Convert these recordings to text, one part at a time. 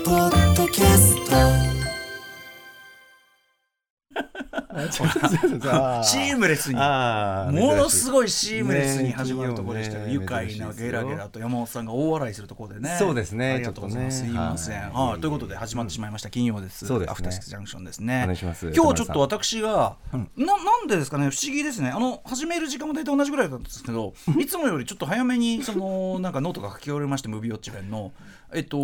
違 う違う違う シームレスにあーものすごいシームレスに始まるところでしたよ、ねえ愉快なゲラゲラと山本さんが大笑いするところでねそうですねありがとうございます、ちょっすいとねません、はいはいということで始まってしまいました金曜ですそうですねアフターシックスジャンクションですねお願いします今日ちょっと私が、ななんでですかね不思議ですねあの始める時間も大体同じぐらいだったんですけどいつもよりちょっと早めにそのなんかノートが書き終わりましてムービーウォッチ編のえっと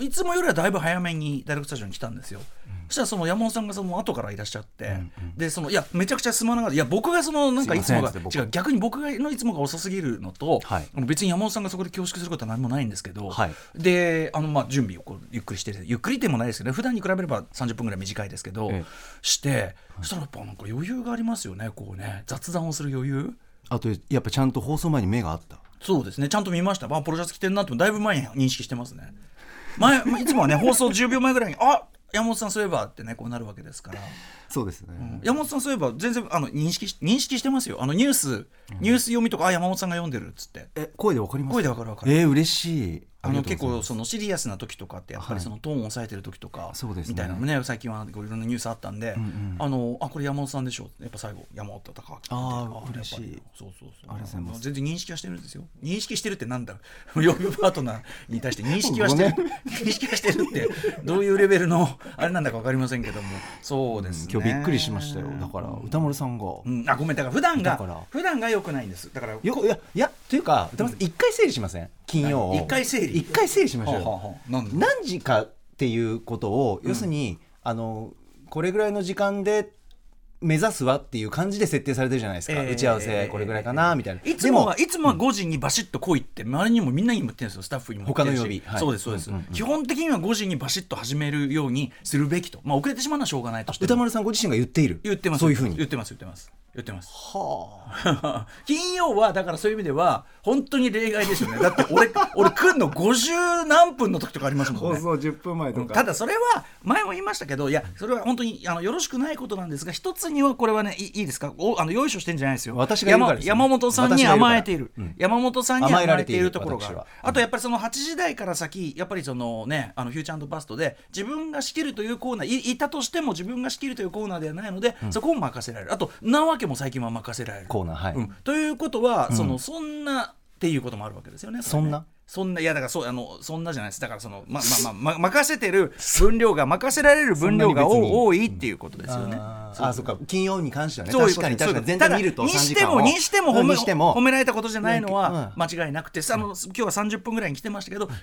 いつもよりはだいぶ早めにダイレクトスタジオに来たんですよ、そしたらその山本さんがその後からいらっしゃって、でそのいやめちゃくちゃすまなかったいや僕がそのなんかいつもがすいませんっつって違う逆に僕がのいつもが遅すぎるのと、はいあの別に山本さんがそこで恐縮することは何もないんですけど、はいであのまあ準備をこうゆっくりしてゆっくりでもないですけどね普段に比べれば30分ぐらい短いですけど、ええしてそしたらやっぱなんか余裕がありますよねこうね雑談をする余裕あとやっぱちゃんと放送前に目があったそうですねちゃんと見ましたあポロシャツ着てんなってだいぶ前に認識してますね前まあいつもはね放送10秒前ぐらいにあ山本さんそういえばってねこうなるわけですから。そうですね、山本さんそういえば全然あの認識し認識してますよあのニュースニュース読みとか、あ山本さんが読んでるっつってえ声でわかります声でわかるわかるえー、嬉しいあの結構そそのシリアスな時とかってやっぱりそのトーンを抑えてる時とかそうですねみたいなのもね最近はこういろんなニュースあったんで、あのあこれ山本さんでしょやっぱ最後山本隆明あーやっぱり嬉しいそうそうそうありがとうございます全然認識はしてるんですよ認識してるってなんだ ヨーグパートナーに対して認識はしてる認識はしてるってどういうレベルのあれなんだかわかりませんけどもそうですね今日びっくりしましたよだから歌丸さんが、うん、あごめんだから普段だからが普段が良くないんですだからよいやいやというか歌丸さん一回整理しません金曜を一回整理一回整理しましょうよはあはあなんで何時かっていうことを、要するにあのこれぐらいの時間で目指すわっていう感じで設定されてるじゃないですか、ええ打ち合わせこれぐらいかな、みたいないつでももはいつもは5時にバシッと来いって周りにもみんなにも言ってるんですよスタッフにも言ってるし他の曜日はいそうですそうです、うんうん基本的には5時にバシッと始めるようにするべきとまあ遅れてしまうのはしょうがないとして歌も丸さんご自身が言っている言ってますそういうふうに言ってます言ってます言ってます はあ金曜はだからそういう意味では本当に例外ですよねだって俺俺来んの50何分の時とかありますもんね10分前ただそれは前も言いましたけどいやそれは本当にあのよろしくないことなんですが一つにはこれはねいいいいですかおあの用意書してんじゃないですよ私が言うから山ですよ山本さん私が言にうから甘えている、うん山本さんに甘えられているところがあ甘えられている私るはあとやっぱりその8時台から先やっぱりそのねあのフューチャーバストで自分が仕切るというコーナーいいたとしても自分が仕切るというコーナーではないので、そこを任せられるあとなわけも最近は任せられるコーナーはい、うん、ということは、そのそんなっていうこともあるわけですよね。そんなこれねそんないやだからそうあのそんなじゃないですだからそのまままま任せてる分量が任せられる分量がそんなに別に多多いっていうことですよね。あーうあそっか金曜に関してはねそうい確うことかに確かに全ただ体見ると3に時して間もをにしても褒うんめにしても褒められたことじゃないのはう間違いなくてあの今日は30分ぐらいに来てましたけど30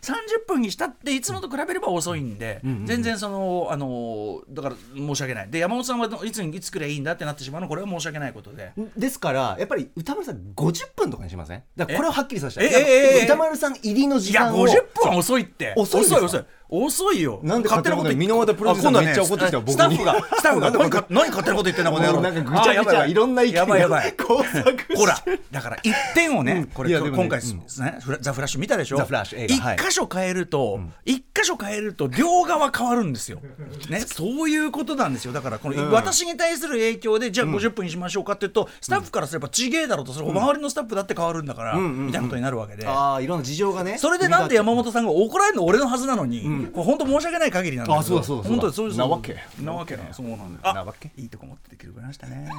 分にしたっていつもと比べれば遅いんで全然そのあのだから申し訳ないで山本さんはいつにいつくらいいいんだってなってしまうのこれは申し訳ないことでですからやっぱり歌丸さん50分とかにしませんだからこれをはっきりさせたいええええ歌丸さん入りの時いや間を50分は遅いって遅いんです遅かい遅い遅いよなんで勝手なこと勝手箕輪田プロデューサーがめっちゃ怒ってきたよスタッフが僕 スタッフが何か何勝手なこと言ってんだこの野郎なんかぐちゃぐちゃいろんな意見やばいやば い交錯して ほらだから一点をうんねこれいや今で日もね今回ですねフラザ・フラッシュ見たでしょザフラッシュ映画はい一箇所変えると一箇所変えると両側変わるんですよねそういうことなんですよだからこの私に対する影響でじゃあ50分にしましょうかって言うとスタッフからすればちげえだろうとそれ周りのスタッフだって変わるんだからみたいなことになるわけでああいろんな事情がねそれでなんで山本さんが怒られるの俺のはずなのに、これ本当申し訳ない限りなんだけどあそうだそうだそうだ本当にそうですなわけなわけなそうなんだなわけあいいとこ持ってきてくれました ね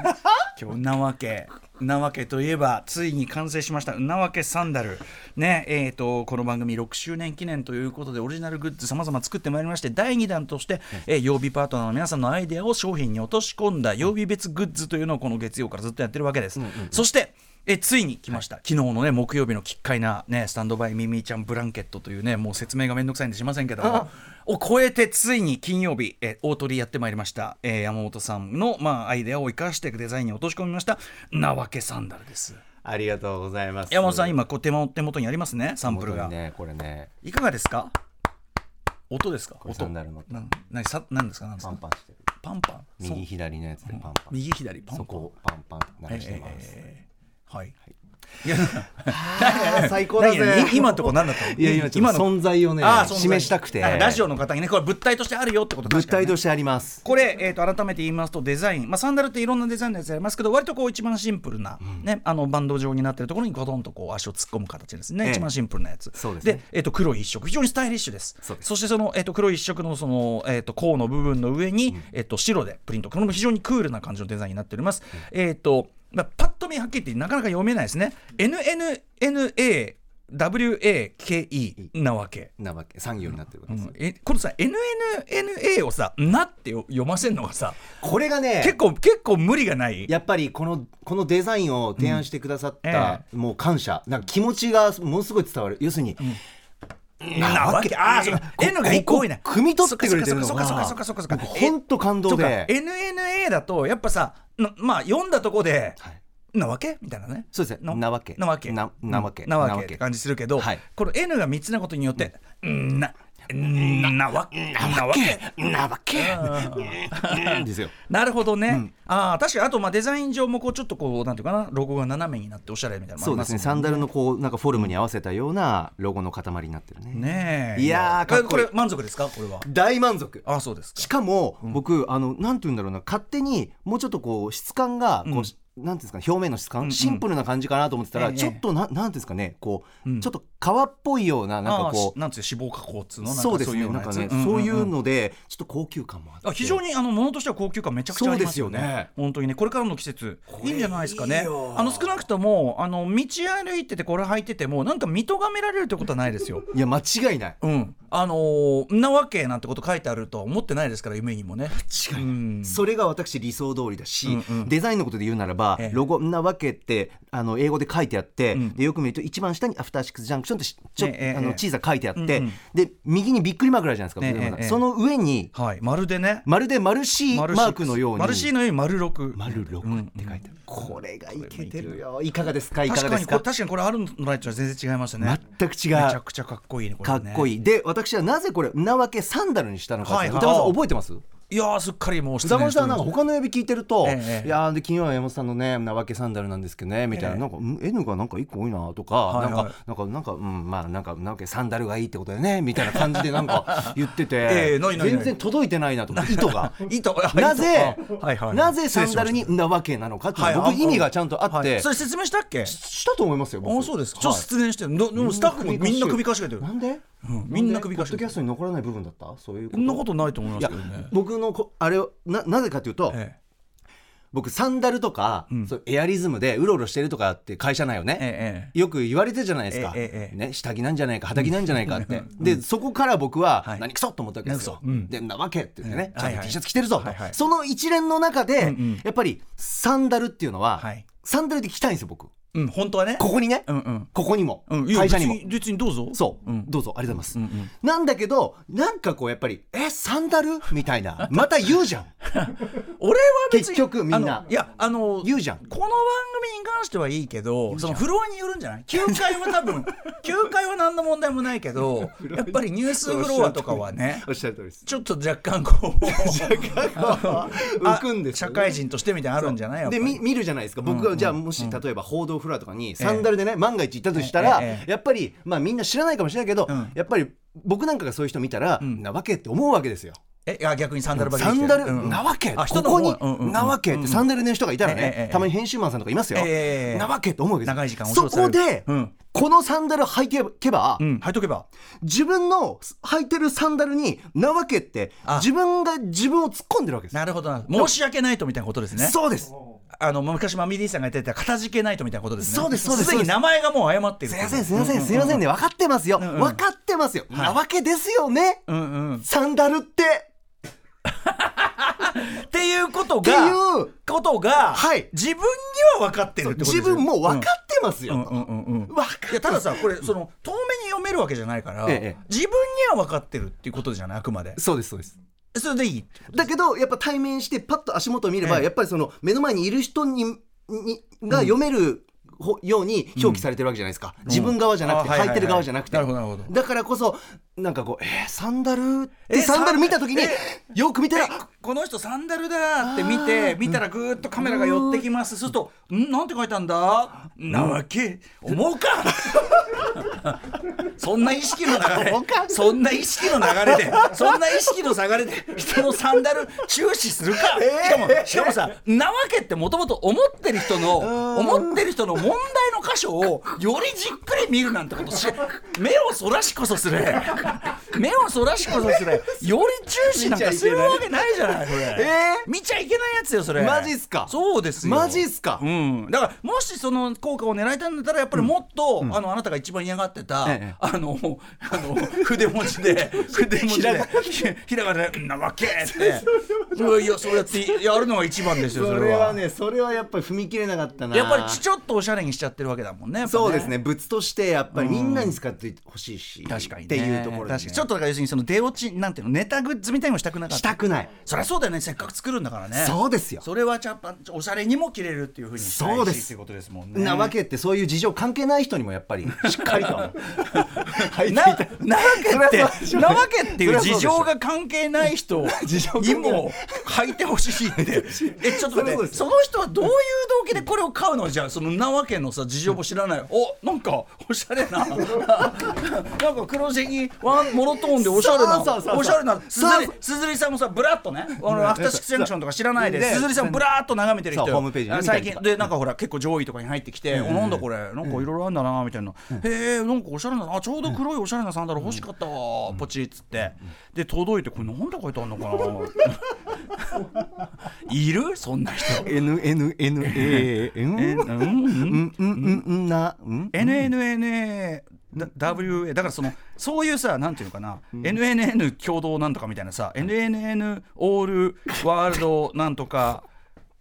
今日なわけなわけといえばついに完成しましたなわけサンダルねえー、とこの番組6周年記念ということでオリジナルグッズさまざま作ってまいりまして第2弾として、えー曜日パートナーの皆さんのアイデアを商品に落とし込んだ曜日別グッズというのをこの月曜からずっとやってるわけです、そしてえついに来ました、昨日のね木曜日の奇怪な、ね「スタンドバイミミィちゃんブランケット」というねもう説明がめんどくさいんでしませんけどもを超えてついに金曜日え大鳥やってまいりました、えー山本さんの、まあ、アイデアを生かしてデザインに落とし込みましたなわけサンダルですありがとうございます山本さん今こう手元手元にありますねサンプルが、本当にねこれねいかがですか音ですかこれ音サンダルのな何さ何ですか何ですパかンパンしてるパンパンそう右左のやつでパンパン右左パンパンそこをパンパンって鳴らしてますえーはい、いやあー最高だぜ何 何今のとこ何だったのいや今ちょっとの存在をねあー存在示したくてあラジオの方にねこれ物体としてあるよってこと物体としてしてありますこれ、えー、と改めて言いますとデザイン、まあ、サンダルっていろんなデザインのやつありますけど割とこう一番シンプルな、ね、あのバンド状になってるところにゴトンとこう足を突っ込む形ですね、ええ一番シンプルなやつそうですねえー、と黒い一色非常にスタイリッシュですそうですしてその、えー、と黒い一色のその、えー、と甲の部分の上に、えー、と白でプリントこれも非常にクールな感じのデザインになっております、えっ、と、まあ、パッと見はっきり言ってなかなか読めないですね NNNA WAKE なわけ、なわけ産業になってるわうけですよん、えこのさ NNNA をさ「な」ってよ読ませんのがさこれがね結構結構無理がないやっぱりこのこのデザインを提案してくださっうんたえ、もう感謝なんか気持ちがものすごい伝わる要するに、なわけああそうか N が一個多いなここ汲み取ってくれてるのがそっかそっかそっかそっかそっかそっか僕ほんと感動でそうか NNA だとやっぱさなまあ読んだとこではい「なわけ?」みたいなねそうですねのなわけなわけななわけなわけって感じするけど、はいこの N が3つなことによって「んな」んなわなわけなわけうんですよなるほどね、ああ確かにあとまあデザイン上もこうちょっとこうなんていうかなロゴが斜めになっておしゃれみたいなのもあそりうまですすもんねサンダルのこうなんかフォルムに合わせたようなロゴの塊になってるねねえいやーかっこいいこれ満足ですかこれは大満足あそうですかしかも僕、あのなんて言うんだろうな勝手にもうちょっとこう質感がこう、うんなんていうんですかね表面の質感、うんうんシンプルな感じかなと思ってたら、ええちょっとななんていうんですかねこう、うんちょっと皮っぽいようななんかこあーしなんつうの脂肪加工っつううのなんかそうですいねようななんやかつね、んんんそういうのでちょっと高級感もあってあ非常にあの物としては高級感めちゃくちゃありますよねそうですよね本当にねこれからの季節これいいんじゃないですかねいいよあの少なくともあの道歩いててこれ履いててもなんか見とがめられるってことはないですよ いや間違いないうんあのーんなわけなんてこと書いてあるとは思ってないですから夢にもね違いないうんそれが私理想通りだし、うんうんデザインのことで言うならば、ええロゴんなわけってあの英語で書いてあって、うんでよく見ると一番下に「アフターシックスジャンクション」ってしちょ、ええええあの小さく書いてあって、うんうんで右にびっくりマークあるじゃないですか、ええ藤山さんええその上にはいまるでねまるでマルシーマ丸ークのようにマルシーのように丸六丸六って書いてある、これがいけてるよいかがですかいか確がかですにこれか確かにこれあるのないとは全然違いましたね全く違めちゃうくちゃかっこいいねこれかねっこいいで私はなぜこれなわけサンダルにしたのかってはいはい歌丸さん覚えてますいやーすっかりもう歌丸さんなんか他の呼び聞いてると「ええいやーで昨日は山本さんのねなわけサンダルなんですけどね」みたいな「ええなんかん N がなんか一個多いな」とか、いはないんかなんかなんかうんまあなんかなわけサンダルがいいってことだよねみたいな感じでなんか 言ってて、ええないないない全然届いてないな と思って糸が。糸あ糸なぜあはいはい、なぜサンダルになわけなのかっていうのははい僕意味がちゃんとあっはいてそれ説明したっけあしたと思いますよ僕そうですかちょはっと失念してるどでもスタッフもみんな首かしげてるなんでんみんな首かしポッドキげてャるストに残らない部分だったそういうこそとんなことないと思いまいすやけどね僕のこあれをななぜかというとえ僕サンダルとかんそうエアリズムでうろうろしてるとかって会社なんよええねええよく言われてるじゃないですかええええね下着なんじゃないか肌着なんじゃないかってでそこから僕ははい何クソと思ったわけですよ何クソうんでんなわけって言ってねうんちゃんはいとはい T シャツ着てるぞとはいはいその一連の中でんうんやっぱりサンダルっていうのははいサンダルで着たいんですよ僕こえうん本当はねこにねうんうんここにもうんいや会社にも別別にどうぞそう、んどうぞありがとうございます、うんうんなんだけどなんかこうやっぱり「えサンダル?」みたいなまた言う じゃん俺は別結に局みんなあのいやあの言うじゃんこの番組に関してはいいけどそのフロアによるんじゃない9階は多 分9階は何の問題もないけどやっぱりニュースフロアとかはねおっしゃる通り ですちょっと若 干こう浮くんですよ社ね会人としてみたいなのあるんじゃないやっぱでりみ見るじゃないですか僕がじゃあもし例えば報道フロアとかにサンダルでね万が一行ったとしたらえええやっぱりまあみんな知らないかもしれないけどうんやっぱり僕なんかがそういう人見たらんなわけって思うわけですよえあ逆にサンダルばりサンダルうんうんなわけあこ人のこにうんうんうんなわけってサンダルの人がいたらえええねえたまに編集マンさんとかいますよええなわけって思うわけですよ長い時間お仕そ事さこれるでうんこのサンダル履いていけばうん履いとけば自分の履いてるサンダルになわけってあ自分が自分を突っ込んでるわけですなるほどな申し訳ないとみたいなことですねそうですあの昔マミディさんが言ってた片付けないとみたいなことですねそうですそうですすでに名前がもう誤っているすいませんすいませんすいませんね分かってますよんうん分かってますよなわけですよねうんうんサンダルってっていうことってがいうことが、はい自分には分かってるってことです自よ分もう分かってますうんようんうんうん分かっいやたださこれその遠目に読めるわけじゃないから、ええ自分には分かってるっていうことじゃないあくまでそうですそうですそれでいいってだけどやっぱ対面してパッと足元を見ればええやっぱりその目の前にいる人ににが読めるほように表記されてるわけじゃないですか、自分側じゃなくて、あはいはい履はいいてる側じゃなくてなるほどなるほどだからこそなんかこうえーサンダルってえサンダル見た時にサンよく見たらこの人サンダルだって見て見たらぐーっとカメラが寄ってきますすると「んなんて書いたんだ?」なわけ思うか そんな意識の流れ思うかそんな意識の流れでそんな意識の流れで人のサンダル注視するかしかもしかもさ「なわけ」ってもともと思ってる人の思ってる人の問題の箇所をよりじっくり見るなんてことし目をそらしこそすれ目をそらしこそすれより注視なんかするわけないじゃないこれ え見ちゃいけないやつよそれマジっすかそうですよマジっすかうん、だからもしその効果を狙いたいんだったらやっぱりもっと、あのあなたが一番嫌がってた、ええあのあの筆文字で 筆文字ひらでがひひらがなで「んなわ け!」っていやいやそうやってやるのが一番ですよそれはねそれはやっぱり踏み切れなかったなやっぱりちちょっとおしゃれにしちゃってるわけだもんねやっぱねそうですね物としてやっぱりみんなに使ってほしいし確かにねっていうところでね確かにちょっとだから要するにその出落ちなんていうのネタグッズみたいにもしたくなかったしたくないそりゃそうだよねせっかく作るんだからねそうですよそれはちゃっぱおしゃれにも着れるっていうふうにしたいしそうですっていうことですもんねなわけってそういう事情関係ない人にもやっぱりしっかりと 入っていなたなわけそりゃっそてうなわけっていう事そりゃ情そうが関係ない人事情関係にないも履いてほしいって えちょっとそりゃ待そっうてですその人はどういう動機でこれを買うのじゃあそのなわけのさ事情も知らないおなんかおしゃれな なんか黒地にワンモノトーンでおしゃれなそうそうそうそうおしゃれなすずそうり鈴木さんもさブラッとねあのアフターシックスジャンクションとか知らないでで鈴木さんもブラーっと眺めてる人そうよホームページねあ見た最りとか近でなんかほら結構上位とかに入ってきて「おなんだこれなんかいろいろあんだな」みたいな「へえなんかおしゃれなあちょうど黒いおしゃれなサンダル欲しかったわポチ」っつってで届いて「これなんだ書いてあん のかな」いるそんな 人 NNNA うんえうんうんうんうんなうん NNNA WA だからそのそういうさなんていうのかな、NNN 共同なんとかみたいなさ NNN オールワールドなんとか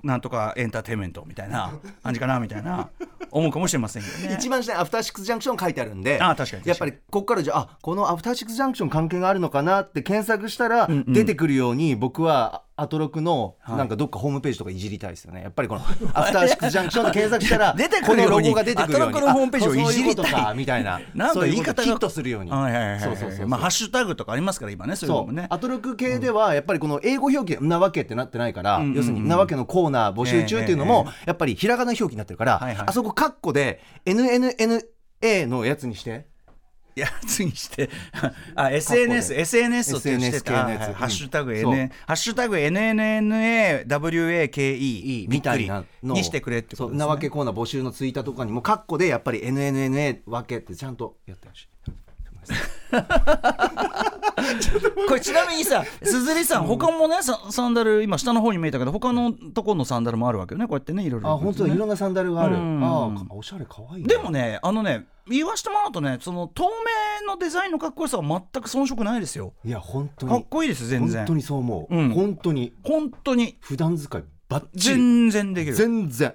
なんとかエンターテインメントみたいな感じかなみたいな思うかもしれませんけどね。一番下にアフターシックスジャンクション書いてあるんであ確かに確かにやっぱりここからじゃああこのアフターシックスジャンクション関係があるのかなって検索したら出てくるように僕はアトロクのなんかどっかホームページとかいじりたいですよねやっぱり このアフターシックスジャンクションで検索したら出てこくのるようにロゴが出てくるようにアトロクのホームページをあいじりたそううこいとかみたいななんそかうい言ういこと方ヒがットするようにはいはいはいはいそうそうそうまあハッシュタグとかありますから今ねそういうのそもうねアトロク系ではやっぱりこの英語表記なわけってなってないから、んうんうん要するになわけのコーナー募集中っていうのも、やっぱりひらがな表記になってるから、はいはいあそこカッコで NNNA のやつにしていやつに してあ SNS SNS をってしてた SNS 系のやつはういんハッシュタグそう N ハッシュタグ NNNAWAKE みたいなのをにしてくれってことそでうすなわけねコーナー募集のツイッターとかにもカッコでやっぱり NNNA わけってちゃんとやってほしい。これちなみにさ鈴木さん他もねササンダル今下の方に見えたけど他のとこのサンダルもあるわけよねこうやってねいろいろあ本当にいろんなサンダルがある。うんああおしゃれ可愛いなでもねあのね言わしてもらうとねその透明のデザインのかっこよさは全く遜色ないですよいや本当かっにこいいです全然本当にそう思う、うん本当に本当に普段使いバッチリ全然できる全然。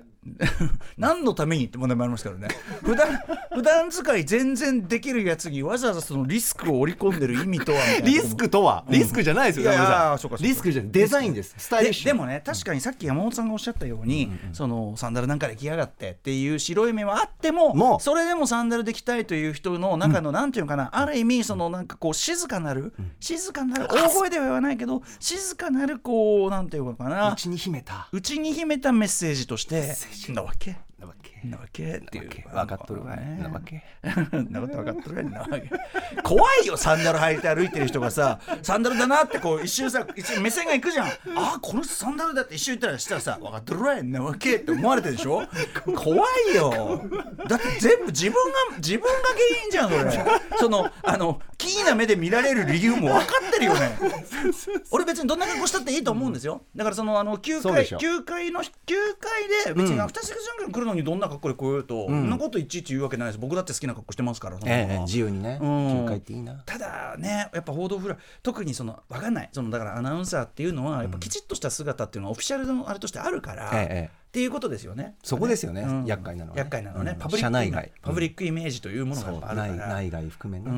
何のためにって問題もありますからね普段 普段使い全然できるやつにわざわざそのリスクを織り込んでる意味とはみたいな リスクとは、リスクじゃないですよ、いや山いや本そうさかん。そうかリスクじゃない、デザインです。スタイリッでシュ。でもね確かにさっき山本さんがおっしゃったように、そのサンダルなんかで来やがってっていう白い目はあってももうそれでもサンダルで来たいという人の中の、なんていうのかなある意味そのなんかこう静かなる、静かなる大声では言わないけど静かなるこうなんていうのかな内に秘めた。内に秘めたメッセージとしてなわけなわけ。なわけっていう分かっとるわね。なわけ。 なこと分かっとるやんな怖いよサンダル履いて歩いてる人がさサンダルだなってこう一瞬さ一瞬目線がいくじゃんあこの人サンダルだって一瞬言ったらしたらさ分かっとるわやんなわけって思われてるでしょ怖いよだって全部自分が自分が原因じゃんそれそのあのキーな目で見られる理由も分かってるよね俺別にどんな格好したっていいと思うんですよだからそのあの9そうで回しょ9回の9回で別にアフターシックスジャンクション来るのにどんな格好で来ようと、そんなこといちいち言うわけないです僕だって好きな格好してますからそんなのはええ、自由にね。うん9回っていいな。ただねやっぱ報道フロア特にその分かんないそのだからアナウンサーっていうのはやっぱきちっとした姿っていうのはオフィシャルのあれとしてあるから、ええええっっていうことですよねそこですよねうん厄介なのはね厄介なのはね、うんパブリ社ッ内クイメージ外パブリックイメージというものがそやうっぱあるか内ら内外含めね、う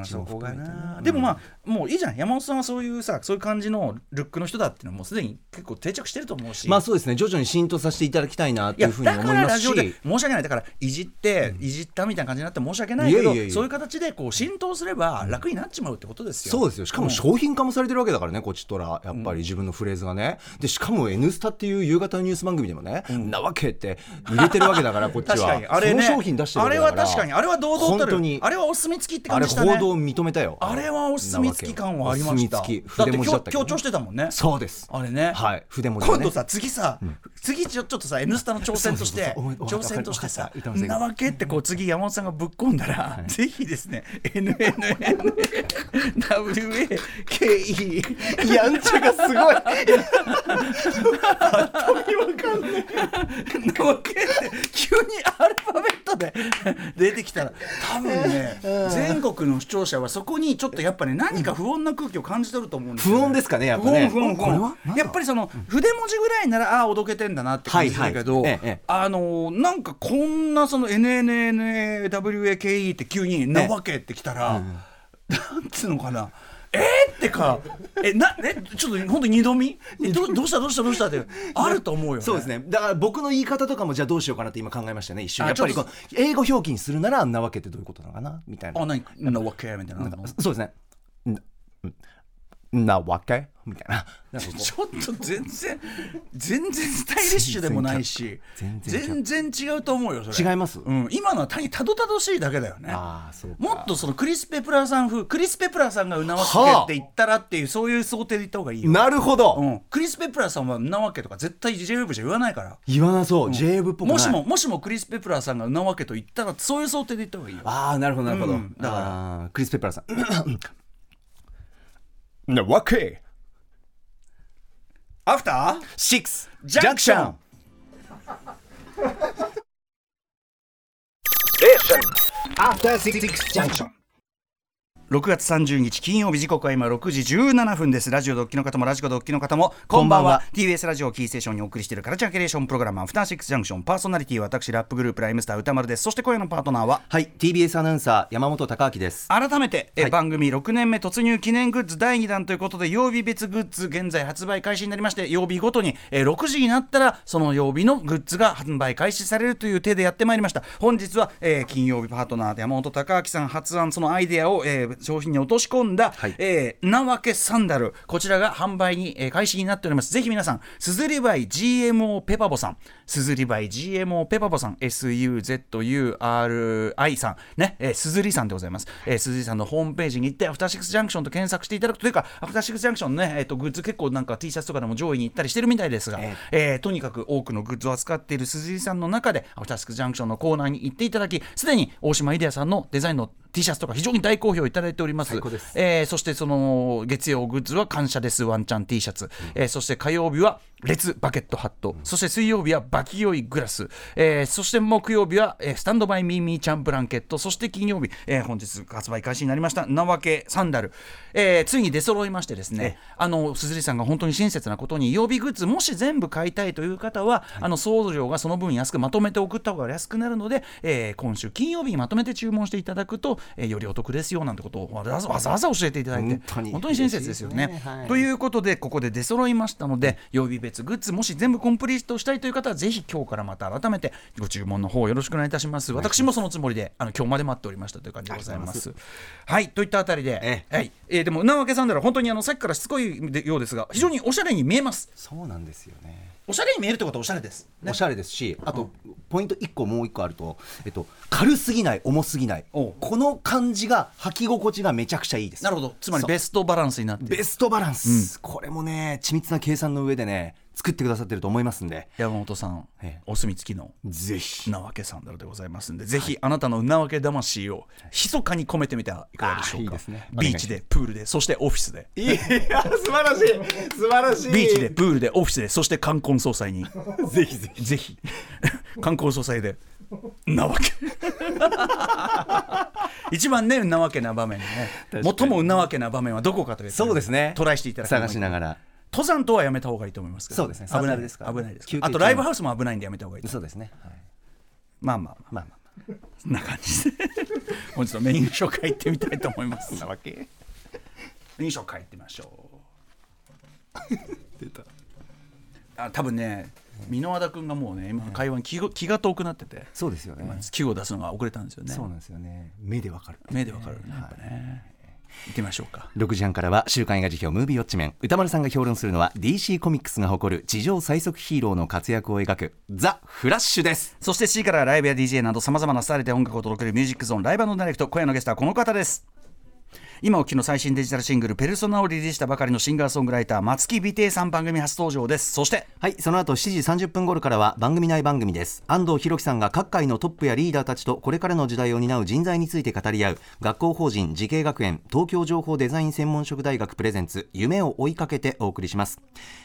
ん、ちもそこ含めてがねな、うんでもまあもういいじゃん山本さんはそういうさそういう感じのルックの人だっていうのはもうすでに結構定着してると思うしまあそうですね徐々に浸透させていただきたいなというふうに思いだからまラすジオしで申し訳ないだからいじって、いじったみたいな感じになって申し訳ないけどいえいえいえそういう形でこう浸透すれば楽になっちまうってことですよそうですよしかも商品化もされてるわけだからねこっちとらやっぱり自分のフレーズがねでしかも「N スタ」っていう夕方のニュース番組でもね「なわけ」って入れてるわけだ からこっちは確かにあれねその商品出してるあわけれだからは確かにあれは堂々た本当るにあれはお墨付きってあ感れじしたね報道を認めたよあれはお墨付き感はありましたお墨付きだっ筆て文字だったけど強調してたもんねそうですあれねはい筆文字今でね度さ次さ、次ちょちょっとさ「N スタ」の挑戦としてそうそうそうそう挑戦としてさわかったわかった歌丸さん「んなわけ」ってこう次山本さんがぶっ込んだら、ぜひですね「NNNWAKE やんちゃがすごい なわけ」って急にアルファベットで出てきたら多分 ね全国の視聴者はそこにちょっとやっぱね何か不穏な空気を感じ取ると思うんですよ、不穏ですかねやっぱね不穏不穏不穏これはなんだやっぱりその筆文字ぐらいならああーおどけてんだなって感じするけど、はいはいええええあのーなんかこんなその NNNWAKE って急に「なわけ」ってきたら、なんつうのかなえー、ってかえなえちょっと本当に二度見えどどうしたどうしたどうしたってあると思うよね。そうですねだから僕の言い方とかもじゃあどうしようかなって今考えましたね一瞬あやっぱりちょっことう英語表記にするなら「なわけ」ってどういうことなのかなみたいなあ何なわけみたいなのあんのそうですね。んなわけみたいな。なんかこ ちょっと全然全然スタイリッシュでもないし全然キャ全然違うと思うよそれ違いますうん、今のは単にたどたどしいだけだよねああ、そう。もっとそのクリス・ペプラーさん風クリス・ペプラーさんがうなわけって言ったらっていうそういう想定で言った方がいいよ、なるほど、うん、クリス・ペプラーさんはうなわけとか絶対 j w ブじゃ言わないから言わなそう。j w っぽくない。もしももしもクリス・ペプラーさんがうなわけと言ったらそういう想定で言った方がいいよああ、なるほど、なるほど。うんだからら、クリス・ペプラーさん。なわけアフター !6! ジャンクション6月30日金曜日時刻は今6時17分ですラジオドッキの方もラジコドッキの方もこんばんはこんばんは TBS ラジオをキーステーションにお送りしているカルチャーキュレーションプログラムアフターシックスジャンクションパーソナリティは私ラップグループライムスター歌丸ですそして今夜のパートナーははい、TBS アナウンサー、山本隆明です。改めて、えはい番組6年目突入記念グッズ第2弾ということで曜日別グッズ現在発売開始になりまして曜日ごとに、えー6時になったらその曜日のグッズが販売開始されるという手でやってまいりました本日は、えー金曜日パートナー山本隆明さん発案そのアイデアを、えー商品に落とし込んだ、はいえーなわけサンダルこちらが販売に、えー開始になっておりますぜひ皆さんすずりバイ GMO ペパボさんすずりバイ GMO ペパボさん SUZURI さんねえーすずりさんでございますえーすずりさんのホームページに行ってアフターシックスジャンクションと検索していただくというかアフターシックスジャンクションねえーとグッズ結構なんか T シャツとかでも上位に行ったりしてるみたいですがええーとにかく多くのグッズを扱っているすずりさんの中でアフターシックスジャンクションのコーナーに行っていただきすでに大島イデアさんのデザインの T シャツとか非常に大好評いただいております最高ですえーそしてその月曜グッズは「感謝ですワンちゃん T シャツ」えーそして火曜日は「列バケットハット」そして水曜日は「バキ酔いグラス」えーそして木曜日は、えースタンドバイミーミーちゃんブランケット」そして金曜日、えー本日発売開始になりました「なわけサンダル」えーついに出揃いましてですねあの鈴木さんが本当に親切なことに曜日グッズもし全部買いたいという方は、あの送料がその分安くまとめて送った方が安くなるので、えー今週金曜日にまとめて注文していただくと、えーよりお得ですよなんてことをわざわざわざ教えていただいて本当に親切ですよね嬉しいですねはいということでここで出揃いましたので曜日別グッズもし全部コンプリートしたいという方はぜひ今日からまた改めてご注文の方よろしくお願いいたします私もそのつもりであの今日まで待っておりましたという感じでございますはいといったあたりで、えはいえーでもなわけさんだら本当にあのさっきからしつこいでようですが非常におしゃれに見えますそうなんですよね。おしゃれに見えるってことはおしゃれです、ねおしゃれですし、あと、ポイント1個もう1個あると、えっと、軽すぎない、重すぎない。おうこの感じが、履き心地がめちゃくちゃいいです。なるほどつまりそうベストバランスになっているベストバランス、これもね緻密な計算の上でね作ってくださってると思いますんで山本さん、ええお墨付きのぜひなわけサンダルでございますんで、ぜひあなたのなわけ魂を密かに込めてみてはいかがでしょあーうか。いいですねビーチで、プールで、そしてオフィスで。 いや素晴らしい素晴らしいビーチで、プールで、オフィスで、そして冠婚葬祭に、ぜひぜひぜひ、 冠婚葬祭で、なわけ。 一番ね、うなわけな場面ね。かに最もうなわけな場面はどこかというとそうですねトライしていただきたいと探思しいますながら登山とはやめた方がいいと思いますけど、そうですね危なサーいクルでですすから危ないです休憩あとライブハウスも危ないんでやめた方がいいですそうですね、はいまあまあまあまあまあそんな感じで本日のメイン紹介行ってみたいと思 います なわけメイン紹介行ってみましょ出たうあ多分ね箕輪田君がもうね今会話に気が気が遠くなっててそうですよね、球を出すのが遅れたんですよねそうなんですよね目でわかる目でわかるねやっぱね行ってみましょうか6時半からは週刊映画辞表ムービーウォッチメン歌丸さんが評論するのは DC コミックスが誇る地上最速ヒーローの活躍を描くザ・フラッシュですそして C からはライブや DJ などさまざまなスタイルで音楽を届けるミュージックゾーンライブダイレクト今夜のゲストはこの方です今お聞きの最新デジタルシングル「ペルソナ」をリリースしたばかりのシンガーソングライター松木美帝さん番組初登場ですそしてはいその後7時30分頃からは番組内番組です安藤博樹さんが各界のトップやリーダーたちとこれからの時代を担う人材について語り合う学校法人慈恵学園東京情報デザイン専門職大学プレゼンツ夢を追いかけてお送りします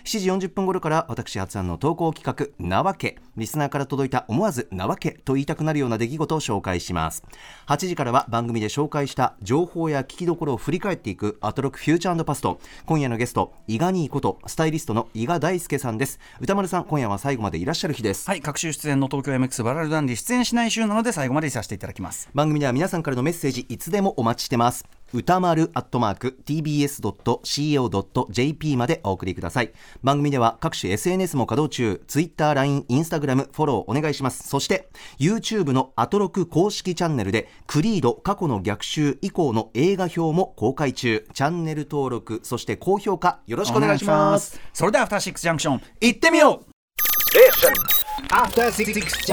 7時40分頃から私発案の投稿企画なわけリスナーから届いた思わずなわけと言いたくなるような出来事を紹介します8時からは番組で紹介した情報や聞きどころを振り返っていくアトロックフューチャーパスト今夜のゲスト伊賀にいことスタイリストの伊賀大輔さんです歌丸さん今夜は最後までいらっしゃる日です、はい各週出演の東京 MX バラルダンディ出演しない週なので最後までいさせていただきます番組では皆さんからのメッセージいつでもお待ちしてます歌丸アットマーク tbs.co.jp までお送りください番組では各種 SNS も稼働中 TwitterLINE、Instagram フォローお願いしますそして YouTube のアトロク公式チャンネルでクリード過去の逆襲以降の映画表も公開中チャンネル登録そして高評価よろしくお願いしますそれでは「アフターシックスジャンクション」行ってみよう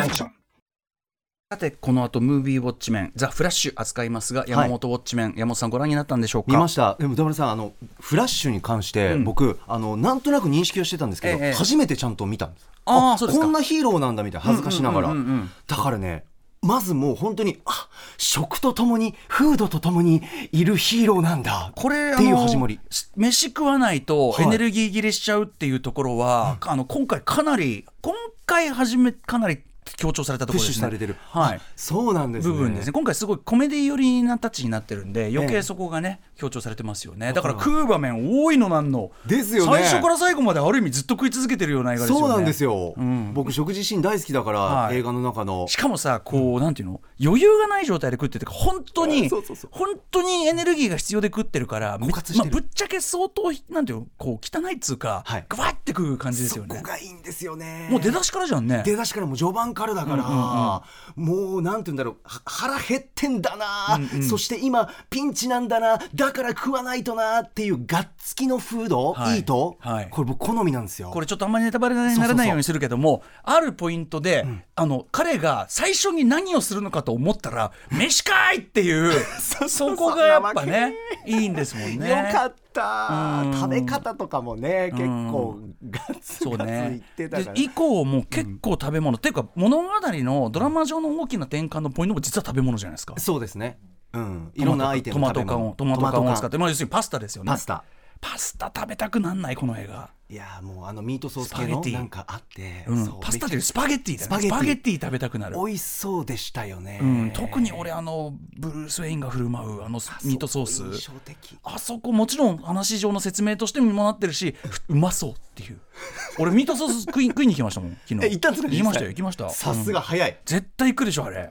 さてこの後ムービーウォッチメン「ザ・フラッシュ」扱いますが山本ウォッチメン、山本さんご覧になったんでしょうか見ましたでも歌丸さんあのフラッシュに関して、僕あのなんとなく認識をしてたんですけど、ええ初めてちゃんと見たんですあーそうですかこんなヒーローなんだみたいな恥ずかしながら、うんうんうんうんうんだからねまずもう本当にあ食とともにフードとともにいるヒーローなんだこれっていあうの始まりし飯食わないとはいエネルギー切れしちゃうっていうところは、あの今回かなり今回初めかなり強調されたとこプッろでシュすねされてる、はいあそうなんですね部分ですね今回すごいコメディ寄りなタッチになってるんで余え計えそこがね、強調されてますよねだから食う場面多いのなんのですよね最初から最後まである意味ずっと食い続けてるような映画ですよねそうなんですよ、ん僕食事シーン大好きだから、はい映画の中のしかもさこう、なんていうの余裕がない状態で食ってて本当にそうそうそう本当にエネルギーが必要で食ってるからめ枯渇してるまあ、ぶっちゃけ相当なんていうのこう汚いっつうか、はいグワって食う感じですそよこねがいいんですよねもう出だしからじゃんね出だしからもう序盤からだから、もうなんて言うんだろうは腹減ってんだな、うんうんそして今ピンチなんだなだから食わないとなっていうがっつきのフード、はいい、いと、はいこれ僕好みなんですよこれちょっとあんまりネタバレにならないようにするけどもあるポイントで、あの彼が最初に何をするのかと思ったら「飯かい!」っていう そうそそうこがやっぱねいいんですもんね。よかった、うん食べ方とかもね結構ガッツそうガツいねっ、てたでから、以降も結構食べ物、っていうか物語のドラマ上の大きな転換のポイントも実は食べ物じゃないですかそうですねうんいろんなアイテムトマト缶をト食べマ物ト缶を使トマトってまあ要するにパスタですよねパスタパスタ食べたくなんないこの映画、いやーもうあのミートソース系スパゲのティなんかあって、うんそうパスタというよりスパゲッティだスパねゲッスティパゲッティ食べたくなる美味しそうでしたよね、うん、特に俺あのブルース・ウェインが振る舞うあのミートソー印ス象的あそこもちろん話上の説明としてもなってるしふうまそうっ ていう俺ミートソース食い食いに行きましたもん昨日え行ったんですか行きましたよ行きましたさすうがん早い、絶対行くでしょあれ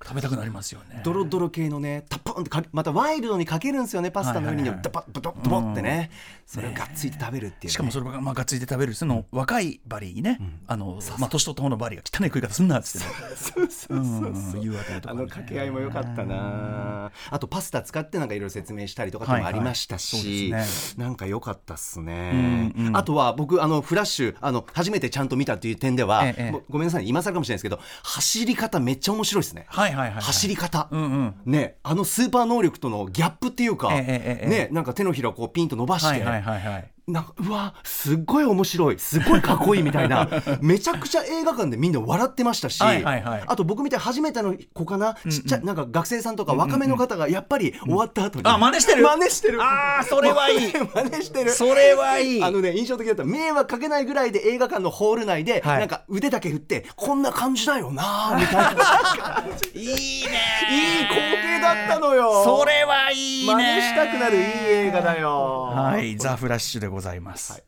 食べたくなりますよねドロドロ系のねタッポンってかまたワイルドにかけるんですよねパスタの上にはいはいダバはいッドドッドボッってね、それをがっついて食べるっていうね、しかもそれがまあがっついて食べるその若いバリにね、あのまあ年取った方のバリが汚い食い方すんなっつってねそうそうそううんうそうん言うわけだ とあかねの掛け合いも良かったなあとパスタ使ってなんかいろいろ説明したりとかってのもありましたし、はいはいそうですなんか良かったっすね、うんうんあとは僕あのフラッシュあの初めてちゃんと見たっていう点では、ええもうごめんなさい今更かもしれないですけど走り方めっちゃ面白いですね、はいはいはい、はい、走り方、うんうんね、あのスーパー能力とのギャップっていうか、ええええええね、なんか手のひらをこうピンと伸ばして、はいはいはいはいなんかうわすっごい面白いすっごいかっこいいみたい なめちゃくちゃ映画館でみんな笑ってましたし、はいはいはいあと僕みたいに初めての子かなちっちゃい、なんか学生さんとか若めの方がやっぱり終わった後に、あ真似してる真似してるあーそれは いい真似してるそれはいいあのね印象的だった迷惑かけないぐらいで映画館のホール内で、はいなんか腕だけ振ってこんな感じだよなみ たいないいいねいいい光景だったのよそれはいいね真似したくなるいい映画だよはい、ザ・フラッシュでございます。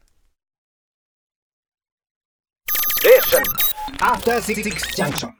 After Six Junction.